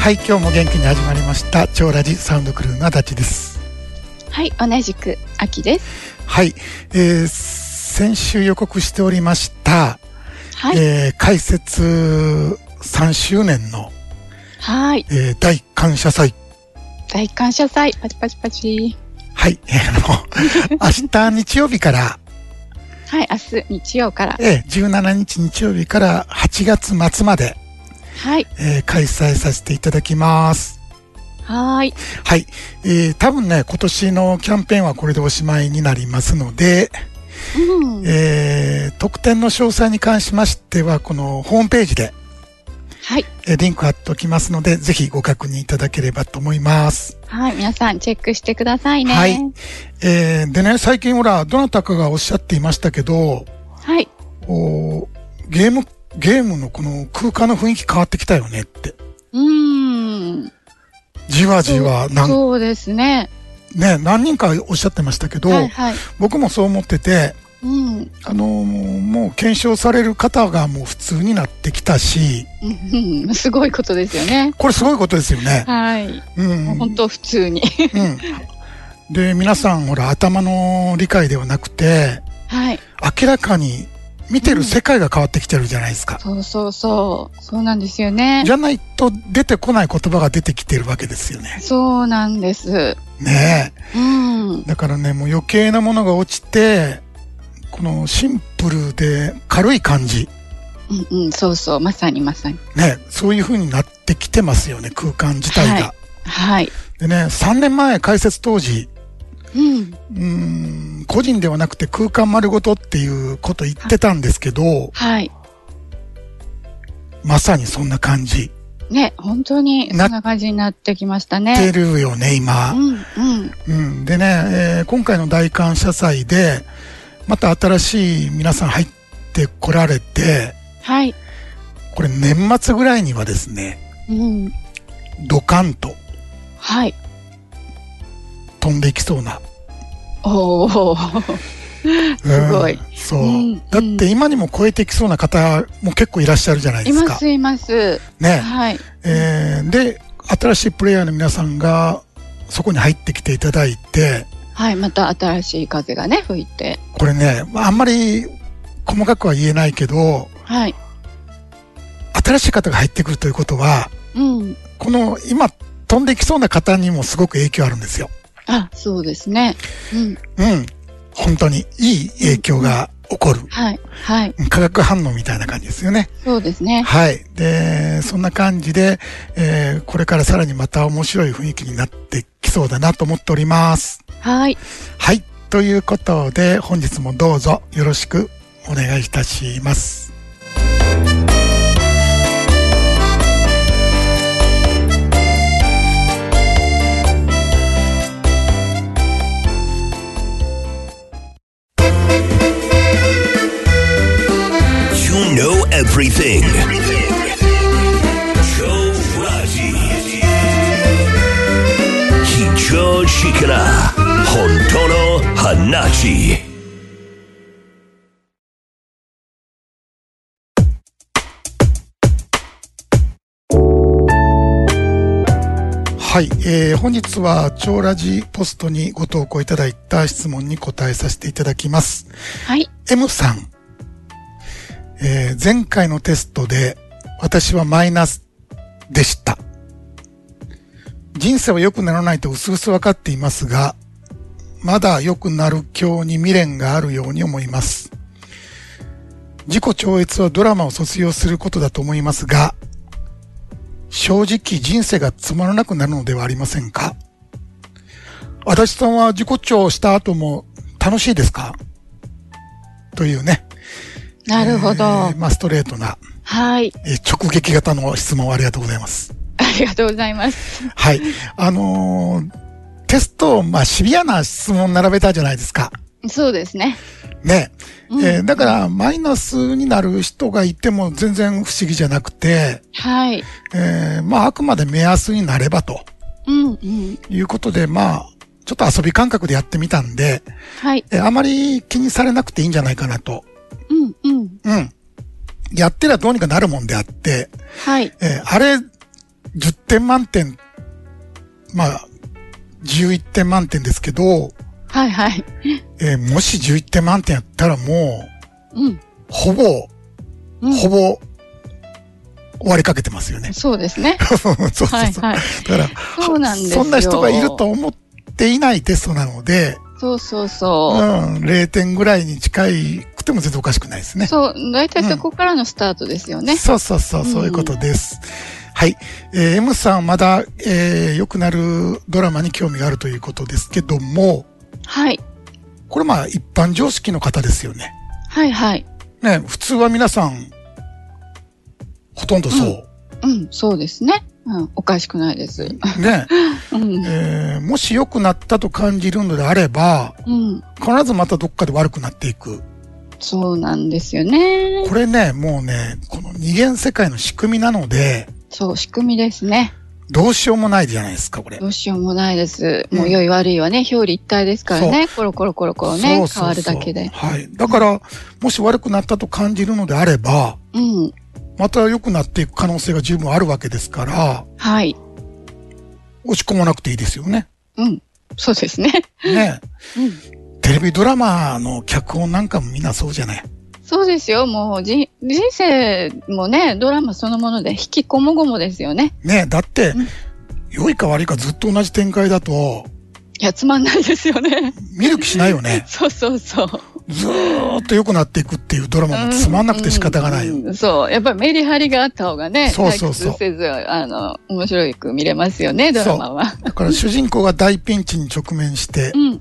はい今日も元気に始まりました超ラジサウンドクルーの足立ですはい、同じく秋です。はい、えー、先週予告しておりました、はい、えー開設3周年の、はい、えー大感謝祭大感謝祭、パチパチパチ。はい、えーあの 明日日曜日から、はい、明日日曜から。えー17日日曜日から8月末まで、はい、えー開催させていただきますはーい、はい、えー多分ね今年のキャンペーンはこれでおしまいになりますので、うん、えー特典の詳細に関しましては、このホームページで、はい、えーリンク貼っておきますので、ぜひご確認いただければと思います。はい、皆さんチェックしてくださいね。ははいい、えーでね、最近ほら、どなたかがおっしゃっていましたけど、はい、おーゲーム、ゲームのこの空間の雰囲気変わってきたよねって。うーん、じわじわ、なん、そうですね。ね、何人かおっしゃってましたけど、はい、はい、僕もそう思ってて、うん、うんあのーもう検証される方がもう普通になってきたし、うん、 すごいことですよね。これすごいことですよね。はい、うんもう。本当普通に。 うん。で、皆さん、ほら、頭の理解ではなくて、はい、明らかに見てる世界が変わってきてるじゃないですか。そうそうそう、そうなんですよねじ。ゃないと出てこない言葉が出てきてるわけですよね。そうなんです。ねうんえ。、だからね、もう余計なものが落ちて、このシンプルで軽い感じ、うん、うん、そうそう、まさにまさに。ね、そういう風になってきてますよね、空間自体が。ははい、でね、3年前開設当時、うん。うーん、個人ではなくて空間丸ごとっていうこと言ってたんですけど、はい。まさにそんな感じ。ね、本当に、なそんな感じになってきましたってね。るよね、う今。ん、うん。うん。でね、えー今回の大感謝祭で、また新しい皆さん入ってこられて、はい。これ年末ぐらいにはですね、うん。ドカンとはい。飛んでいきそうな。おー。 すごいうんそう、うんだって今にも超えてきそうな方も結構いらっしゃるじゃないでいすまか。す、います。ね。はい。えーで、新しいプレイヤーの皆さんがそこに入ってきていただいて、はい。また新しい風がね、吹いて。これね、あんまり細かくは言えないけど、はい。新しい方が入ってくるということは、うん。この今飛んできそうな方にもすごく影響あるんですよ。あ、そうですね。うん。うん。本当にいい影響が起こる。はい。はい。化学反応みたいな感じですよね。そうですね。はい。で、そんな感じで、えーこれからさらにまた面白い雰囲気になってきそうだなと思っております。はい。はい。ということで、本日もどうぞよろしくお願いいたします。 You know everything. Joe Raji. Hicho Shikara. Hontono Hanachi. はい。えー本日は、超ラジポストにご投稿いただいた質問に答えさせていただきます。はい。 M さん、えー前回のテストで私はマイナスでした。人生は良くならないと薄々分かっていますが、まだ良くなる今日に未練があるように思います。自己超越はドラマを卒業することだと思いますが、正直人生がつまらなくなるのではありませんか足立さんは自己超した後も楽しいですかというね。なるほど。えーまあ、ストレートな、はい。えー直撃型の質問をありがとうございます。ありがとうございます。はい。あのーテストを、まあ、シビアな質問並べたじゃないですか。そうですね。ね。うんえーだから、マイナスになる人がいても全然不思議じゃなくて、はい。えーまあ、あくまで目安になればとうん。うん。いうことで、まあ、ちょっと遊び感覚でやってみたんで、はい。えーあまり気にされなくていいんじゃないかなと。うん。うん。うん。やってりゃどうにかなるもんであって、はい。えーあれ、 10点満点、まあ、11点満点ですけど、はいはい。えーもし11点満点やったらもうん。う、ほぼ、うんほぼ、終わりかけてますよね。そうですね。 そうそうそう。はいはい。だから、そうなんですよ。そんな人がいると。思っていないテストなので、そうそううん、そ0点ぐらいに近いくても全然おかしくないですう。ね。そう、大体そこからのスタートですよね。そうそうそう、うんそういうことです。はい。えー M さんまだ、えー良くなるドラマに興味があるということですけども、はい。これまあ一般常識の方ですよね。はいはい。ね、普通は皆さん、ほとんどそう。うん、そうですね。うん、おかしくないです。ね、うん。えーもし良くなったと感じるのであれば、うん。必ずまたどっかで悪くなっていく。そうなんですよね。これね、もうね、この二元世界の仕組みなので、そう、仕組みですね。どうしようもないじゃないですか、これ。どうしようもないです。うんもう良い悪いはね、表裏一体ですからね。コロコロコロコロね、変わるだけで。はい。だから、もし悪くなったと感じるのであれば、うん。また良くなっていく可能性が十分あるわけですから、はい。落ち込まなくていいですよね。うん。そうですね。ね。うん。テレビドラマの脚本なんかもみんなそうじゃない。そうですよ。もうじ、人生もね、ドラマそのもので、引きこもごもですよね。ね。だってうん、良いか悪いかずっと同じ展開だと、いや、つまんないですよね。。見る気しないよねそうそうそう。ずーっと良くなっていくっていうドラマもつまんなくて仕方がない。うんそう。やっぱりメリハリがあった方がね、そうそうそう退屈せず、あの、面白く見れますよね、ドラマは。だから主人公が大ピンチに直面してう、んうん。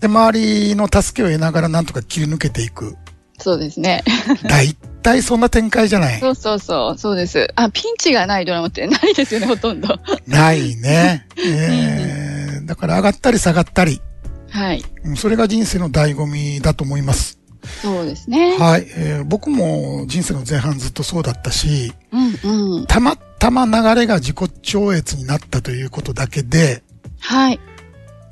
で、周りの助けを得ながらなんとか切り抜けていく。そうですね。大体そんな展開じゃない。そうそうそう、そうです。あ、ピンチがないドラマってないですよね、ほとんど。な いね。えー、だから上がったり下がったり。はい。うんそれが人生の醍醐味だと思います。そうですね。はい。えー僕も人生の前半ずっとそうだったし、うんうん。たまたま流れが自己超越になったということだけで、はい。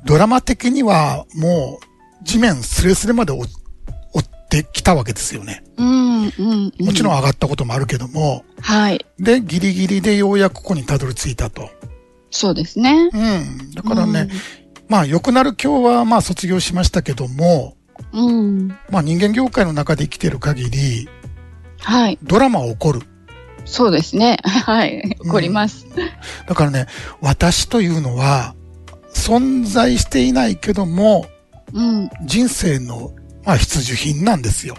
ドラマ的にはもう地面スレスレまで追追ってきたわけですよね。うんうん、うん。もちろんん。上がったこともあるけども、はい。で、ギリギリでようやくここにたどり着いたと。そうですね。うん。だからね、うんまあ、良くなる今日は、まあ、卒業しましたけども、うん。まあ、人間業界の中で生きてる限り、はい。ドラマは起こる。そうですね。 はい。うん怒ります。だからね、私というのは、存在していないけども、うん。人生の、まあ、必需品なんですよ。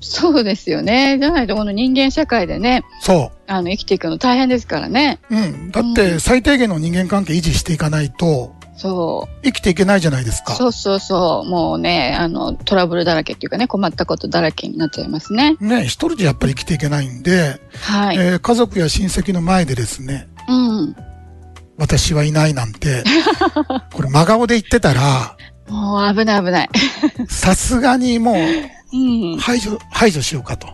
そうですよね。じゃないと、この人間社会でね、そあの、生きていくの大変ですからね。う。うん。だって、最低限の人間関係維持していかないと、そ生きていけないじゃないですう。か。そうそうそう。もうね、あの、トラブルだらけっていうかね、困ったことだらけになっちゃいますね。ね、一人じゃやっぱり生きていけないんで、はい。えー家族や親戚の前でですね、うん。私はいないなん て、これ真顔で言ってたら、もう危ない危ない。さすがにも ううん。排除、排除しよう かと。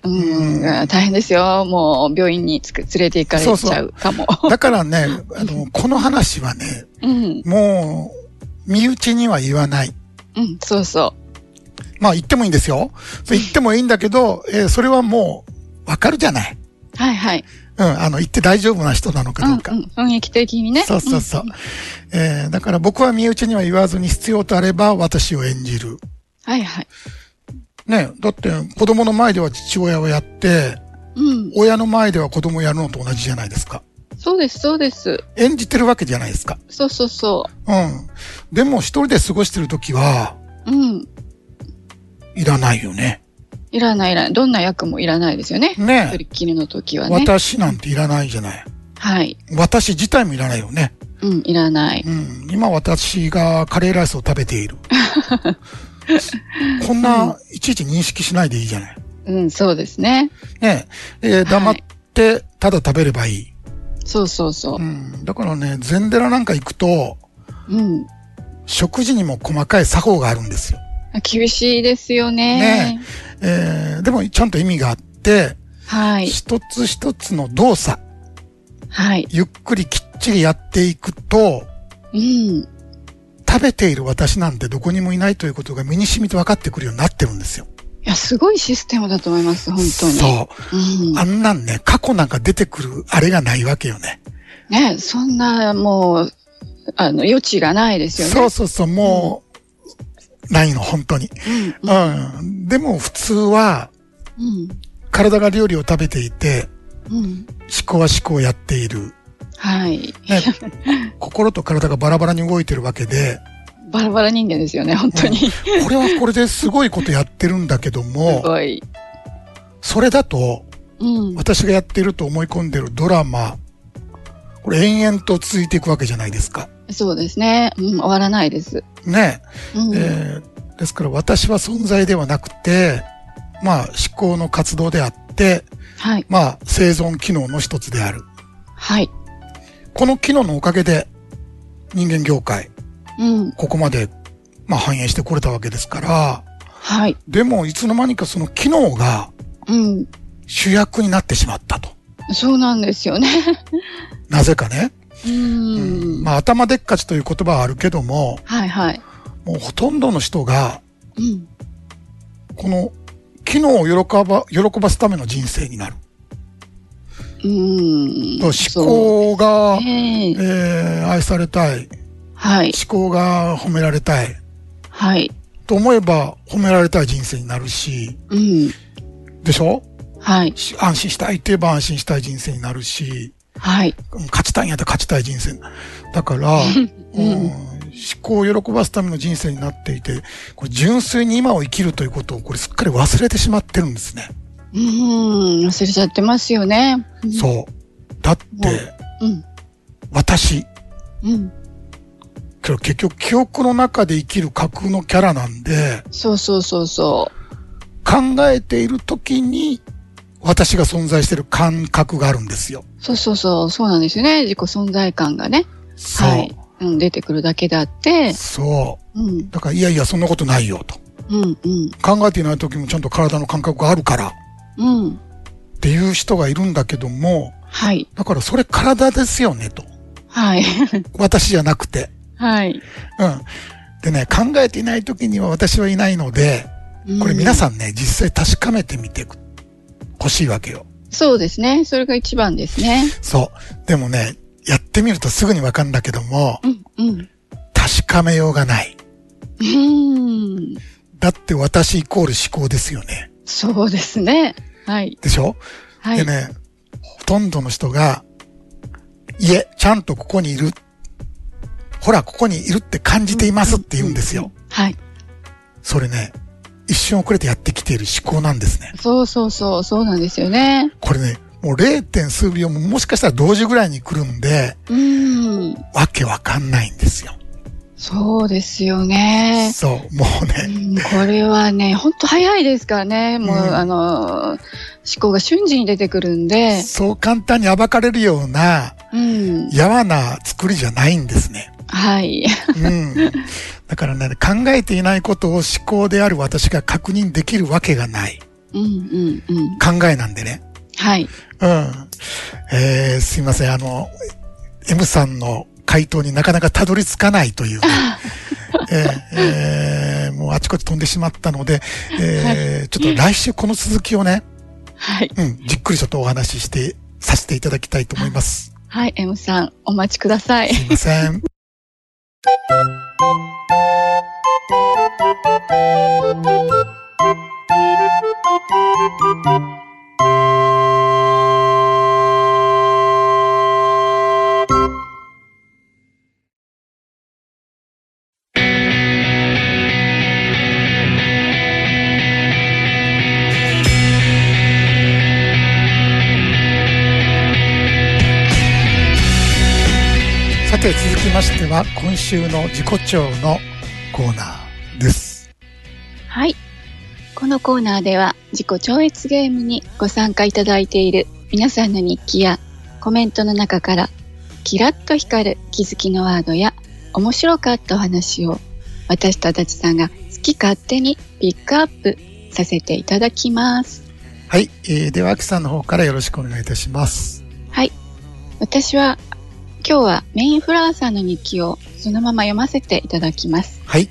ね、うん、大変ですよ。もう病院につく連れて行かれちゃうかも。え。だからね、あの、この話はね、 うん、もう、身内には言わない。うん、そうそまあ言ってもいいんですよ。それ言ってもいいんだけど、えーそれはもう、わかるじゃない。う。はいはい。うん、あの、言って大丈夫な人なのかうん、うどんうか。、雰囲気的にね。そうそうそう。えーだから僕は身内には言わずに必要とあれば私を演じる。うん。はいはい。ねだって子供の前では父親をやって、うん、親の前では子供をやるのと同じじゃないですか。そうです、そうです。演じてるわけじゃないですか。そうそうそうん。でも一人で過ごしてるときは、う。うん。いらないよね。いらないいらない。どんな役もいらないですよね。ね一人っきりの時はね。私なんていらないじゃない。はい。私自体もいらないよね。うん、いらない。うん。今私がカレーライスを食べ ている。こんないちいち認識しないでいいじゃない。うん、そうですね。ねえー黙っはいてただ食べればいい。そうそうそうう。ん。だからね、禅寺なんか行くと、うん。食事にも細かい作法があるんですよ。厳しいですよね。ねえーでもちゃんと意味があって、はい。一つ一つの動作、はい。ゆっくりきっちりやっていくと、うん。食べている私なんてどこにもいないということが身に染みて分かってくるようになってるんですよ。いや、すごいシステムだと思います、本当に。。そうんう。、あんなんね、過去なんか出てくるあれがないわけよね。ね、そんな、もう、あの、余地がないですよね。そうそうそう、もう、ないの、本当に。うん。でも普通は、うん。体が料理を食べていて、うん。うん。思考は思考をやっている。はい。ね、心と体がバラバラに動いてるわけで、バラバラ人間ですよね、本当に。すこれはこれですごいことやってるんだけども、ごい。それだと、うん。私がやってると思い込んでるドラマ、これ延々と続いていくわけじゃないですか。そうですね。うん、終わらないです。ね。うん。えーですから私は存在ではなくて、まあ思考の活動であって、はい。まあ生存機能の一つである。はい。この機能のおかげで人間業界、うん。ここまで、まあ、反映してこれたわけですから、はい。でもいつの間にかその機能がうん。主役になってしまったと。そうなんですよね。 なぜかね。うん。まあ頭でっかちという言葉はあるけども、はいはい。もうほとんどの人がうん。この機能を喜ば、喜ばすための人生になる。うん。思そう考が、えええー愛されたい。はい。思考が褒められたい。はい。と思えば褒められたい人生になるし、うん。でしょはい。し安心したいって言えば安心したい人生になるし、はい。うん勝ちたいんやったら勝ちたい人生。だから、うん思考を喜ばすための人生になっていて、これ純粋に今を生きるということをこれすっかり忘れてしまってるんですね。うん。忘れちゃってますよね。そう。だって、うん。私、うん。けど結局記憶の中で生きる架空のキャラなんで、そうそうそうそ考えている時に私が存在してる感覚があるんですよ。う。そうそうそう。そうなんですよね。自己存在感がね。そう。はい。うん、出てくるだけだって。そう。うん。だから、いやいや、そんなことないよと。うん。うん。考えていない時もちゃんと体の感覚があるから。うん。っていう人がいるんだけども、はい。だからそれ体ですよねと。はい。 私じゃなくて。はい。うん。でね、考えていない時には私はいないので、これ皆ん。さんね、実際確かめてみてほしいわけよ。そうですね。それが一番ですね。そう。でもね、やってみるとすぐにわかるんだけども、うん。うん。確かめようがない。うん。だって私イコール思考ですよね。そうですね。はい。でしょ、はい。でね、ほとんどの人が、いえ、ちゃんとここにいる。ほら、ここにいるって感じていますって言うんですよ。はい。それね、一瞬遅れてやってきている思考なんですね。そうそうそう。そうなんですよね。これね、もう 0. 点数秒ももしかしたら同時ぐらいに来るんで、うん。わけわかんないんですよ。そうですよね。そう、もううね、んこれはね、ほんと早いですからね。もう、うんあの、思考が瞬時に出てくるんで。そう簡単に暴かれるような、うん。やわな作りじゃないんですね。はい。 うん。だからね、考えていないことを思考である私が確認できるわけがない。うんうんうん。考えなんでね。はい。うん。えー、すいません。あの、M さんの回答になかなかたどり着かないという、えーえーもうあちこち飛んでしまったので、えーちょっと来週この続きをね、はい。うん、じっくりちょっとお話しして、させていただきたいと思います。はい、M さん、お待ちください。すいません。さて続きましては今週の自己調のコーナーです。はい。このコーナーでは自己超越ゲームにご参加いただいている皆さんの日記やコメントの中からキラッと光る気づきのワードや面白かったお話を私と足立さんが好き勝手にピックアップさせていただきます。はい、えー、では秋さんの方からよろしくお願いいたします。私は今日はメインフラワーさんの日記をそのまま読ませていただきます。はい、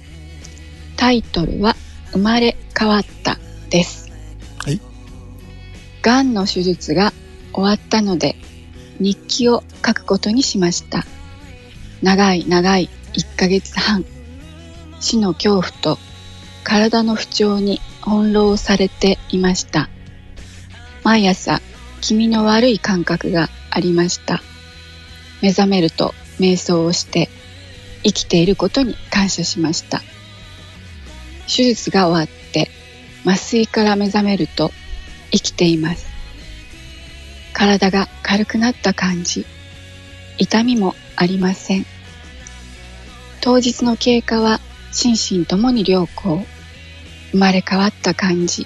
タイトルは「生まれ変わったです。はい。がんの手術が終わったので、日記を書くことにしました。長い長い1ヶ月半、死の恐怖と体の不調に翻弄されていました。毎朝、気味の悪い感覚がありました。目覚めると瞑想をして、生きていることに感謝しました。手術が終わって、麻酔から目覚めると生きています。体が軽くなった感じ。痛みもありません。当日の経過は心身ともに良好。生まれ変わった感じ。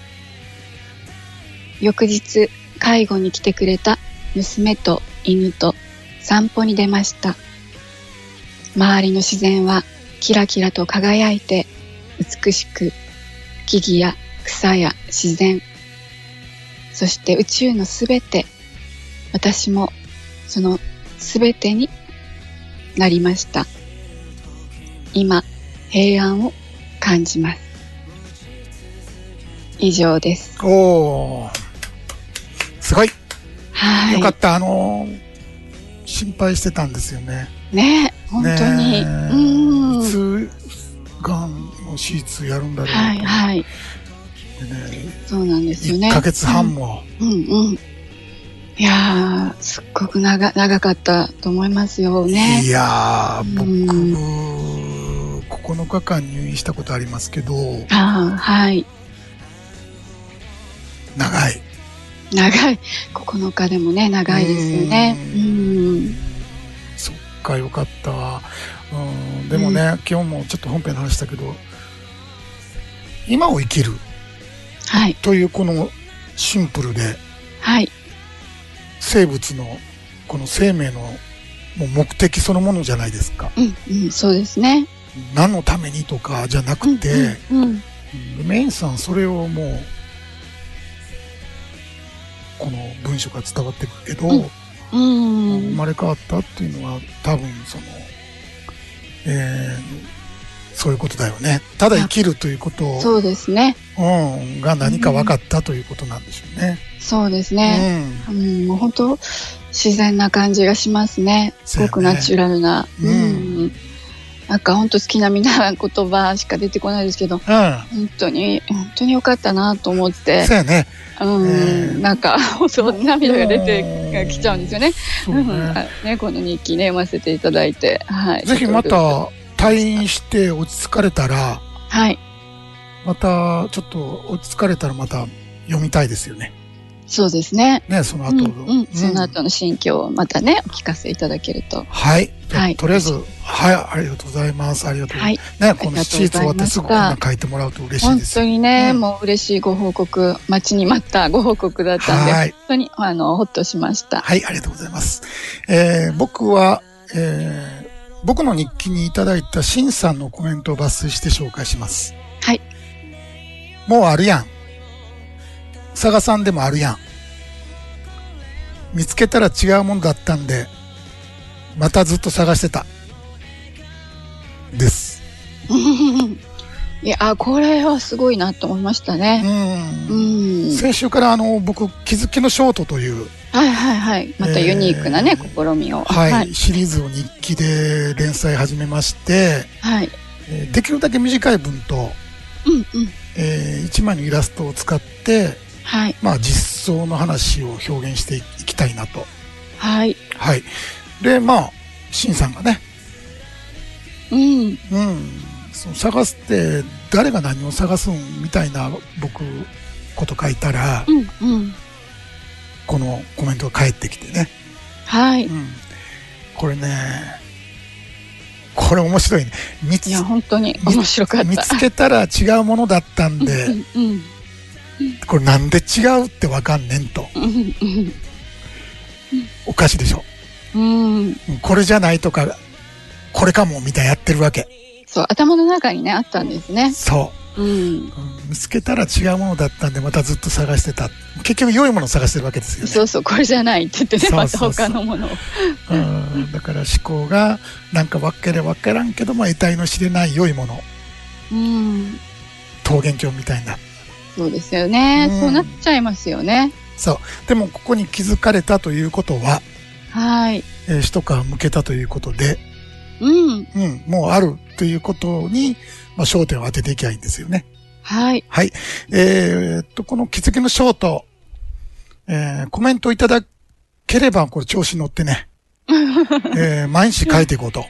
翌日、介護に来てくれた娘と犬と散歩に出ました。周りの自然はキラキラと輝いて美しく、木々や草や自然、そして宇宙のすべて、私もそのすべてになりました。今、平安を感じます。以上です。おー。すごい。はい。よかった。あのー心配してたんですよね。ねえ本当に。ねえうん。いつ、がんの手術やるんだろうとはいはい。思ってね。そうなんですよね。 1ヶ月半も。うんうん。いやー、すっごく長長かったと思いますよねい。やー、うん僕、9日間入院したことありますけど、ああ、はい。長い。長い。9日でもね、長いですよね。ううんん。そっか、よかったわ。うん、でもね、今日もちょっと本編の話したけど、今を生きるはい。というこのシンプルで、はい。生物のこの生命のもう目的そのものじゃないですか。うん、うん、そうですね。何のためにとかじゃなうんくて、うん、うん。うんメインさんそれをもう、この文章が伝わってくるけど、うんう生ん。まれ変わったっていうのは多分その、えーそういうことだよね。ただ生きるということをそうですね。うん、が何か分かったということなんでしょうね。そうですうね。うん。ん、もう本当、自然な感じがしますね。すごくナチュラルな。そうやねうんうん。なんか本当好きなみんな言葉しか出てこないですけど、う本当に、本当に良かったなと思っん。て、そうやね。うん、ええなんか、 そう、涙が出てきちゃうんですよね。、そううんね。あね、この日記ね、読ませていただいて、はい。ぜひまちょった退院して落ち着かれたら、とはい。またちょっと落ち着かれたらまた読みたいですよね。そうですね。ね、その後うん、の。うん、その後の心境をまたね、お聞かせいただけると。はい。はいとりあえず、はい、ありがとうございます。ありがとうござはいいま。す。ね、このシーツ終わってすぐこんなありがとうございました書いてもらうと嬉しい本です当よ。にね、うんもう嬉しいご報告、待ちに待ったご報告だったんで、はい本当に、あの、ほっとしました。はい、ありがとうございます。えー僕は、えー僕の日記にいただいたシンさんのコメントを抜粋して紹介します。はい。もうあるやん。佐賀さんでもあるやん。見つけたら違うものだったんで、またずっと探してた。です。いや、あこれはすごいなと思いましたう。ね。うんん。先週からあの、僕、気づきのショートという、はいはいはい。またユニークなね、えー試みを。は。い、シリーズを日記で連載始めまして、はい。えーできるだけ短い文と、うんうん。えー一枚のイラストを使って、はい。まあ、実装の話を表現していきたいなと。はい。はい。で、まあ、シンさんがね、うん。うん、その探すって誰が何を探すんみたいな僕、こと書いたらう、んうん。このコメントが返ってきてね。はうい。ん。これね、これ面白いね。見ついや、本当に面白かった。見つけたら違うものだったんで、うんうん。これなんで違うってわかんねんと。うんうんおかしいでしょ。うん。うん。これじゃないとか、これかもみたいなやってるわけ。そう、頭の中にね、あったんですね。そうん。ううん。見つけたら違うものだったんで、またずっと探してた。結局良いものを探してるわけですよそね。うそう、これじゃないって言ってね、そうまそたうそう他のものを。うん。だから思考が、なんか分けれ分からんけども、得体の知れない良いもの、うん。桃源郷みたいな。そうですよね、うんそうなっちゃいますよね。そう。でも、ここに気づかれたということは、はい。えー一皮向けたということで、うん。うん、もうあるということに、まあ、焦点を当てていきゃいいんですよね。はい。はい。えーっと、この気づきのショート、えー、コメントいただければ、これ調子乗って ね、えー、毎日書いていこうと。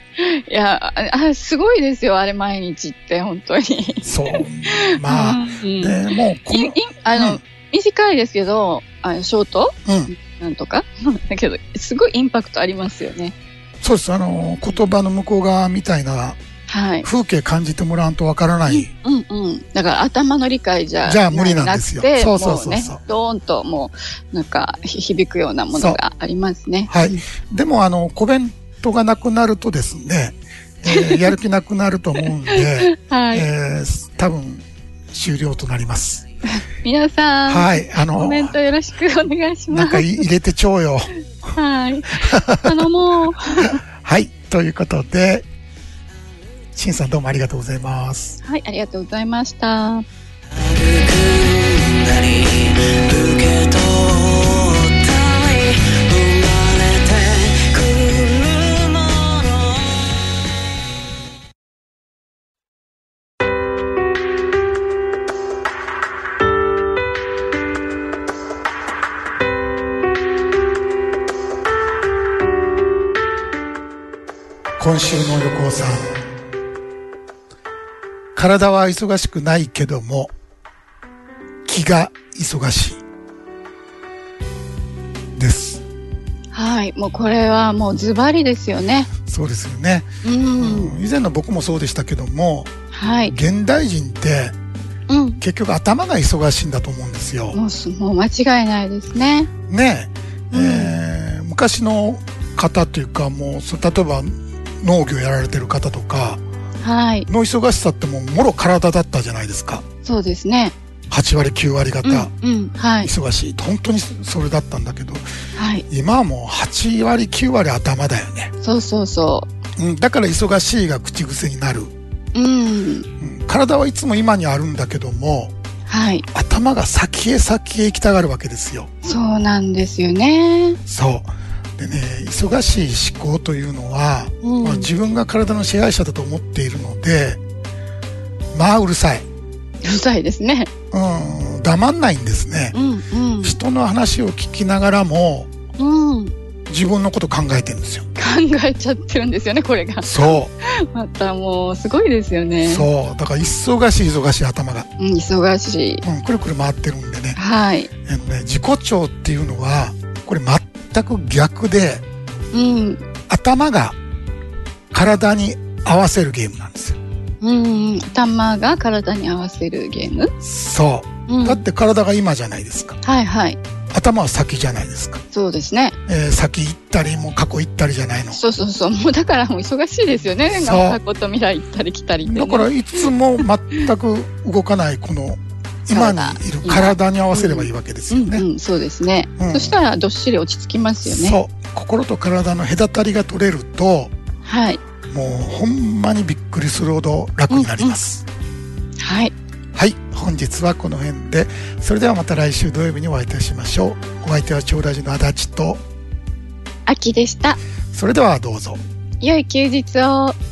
いや、あ、あすごいですよ、あれ毎日って、本当に。そう。まあ、うんで、もう、こいいの、あの、うん短いですけど、あのショートうん、なんとか だけど、すごいインパクトありますよね。そうです。あの、言葉の向こう側みたいなはい。風景感じてもらわんとわからない。うんうん。だから頭の理解じゃじゃあ無理なんですよなくてそうそうそうそうもね、ドーンともう、なんか、ひ響くようなものがありますね。はい。でも、あの、コメントがなくなるとですね、 えーやる気なくなると思うんで、はい。えー、多分、終了となります。皆さん、はい。あコの、メントよろしくお願いし まなんかす。い入れてちょうよ。 はい。あのもう、ははい。ということで、しんさんどうもありがとうございます。い、ありがとうございました。なに受け取ったり生まれてくるもの今週の横尾さん。体は忙しくないけども、気が忙しい。です。はい。もうこれはもうズバリですよね。そうですよね。うん。以前の僕もそうでしたけども、はい。現代人ってうん。結局頭が忙しいんだと思うんですよ。もうす、もう間違いないですね。ねえ、えー昔の方というかもうそ例えば農業やられてる方とかはい。の忙しさってもうもろ体だったじゃないですかそうですね。 8割9割方うん。うん。はい。忙しい本当にそれだったんだけどはい。今はもう8割9割頭だよね、そうそうそうん、だから忙しいが口癖になる、う。うん。うん、体はいつも今にあるんだけどもはい。頭が先へ先へ行きたがるわけですよそうなんですよね。そうでね忙しい思考というのは、うんまあ、自分が体の支配者だと思っているのでまあうるさい、うるさいですね。うん、黙んないんですねう、ん人の話を聞きながらもうん。うん。考自分のこと考えてるんですよえちゃってるんですよね、これが。そまたもう、すごいですようね。そうだから忙しい忙しい頭が、うん、忙しい。うん、くるくる回ってるんでねはい。あのね自己調っていうのはこれ全く逆でうん。頭が体に合わせるゲームなんですようん。頭が体に合わせるゲーム。そううん。だって体が今じゃないですか。はいはい。頭は先じゃないですか。そうですね。えー先行ったり、もう過去行ったりじゃないの。そうそうそう。もうだからもう忙しいですよね。そう過去と未来行ったり来たりってね、だからいつも全く動かないこの今にいるそうだ体に合わせればいいわけですようね。んうん、そうですね、うんそしたらどっしり落ち着きますよね。そう。心と体の隔たりが取れると、はい。もうほんまにびっくりするほど楽になります。はい。はい。本日はこの辺で、それではまた来週土曜日にお会いいたしましょう。お相手は長ラジの足立と、秋でした。それではどうぞ。良い休日を。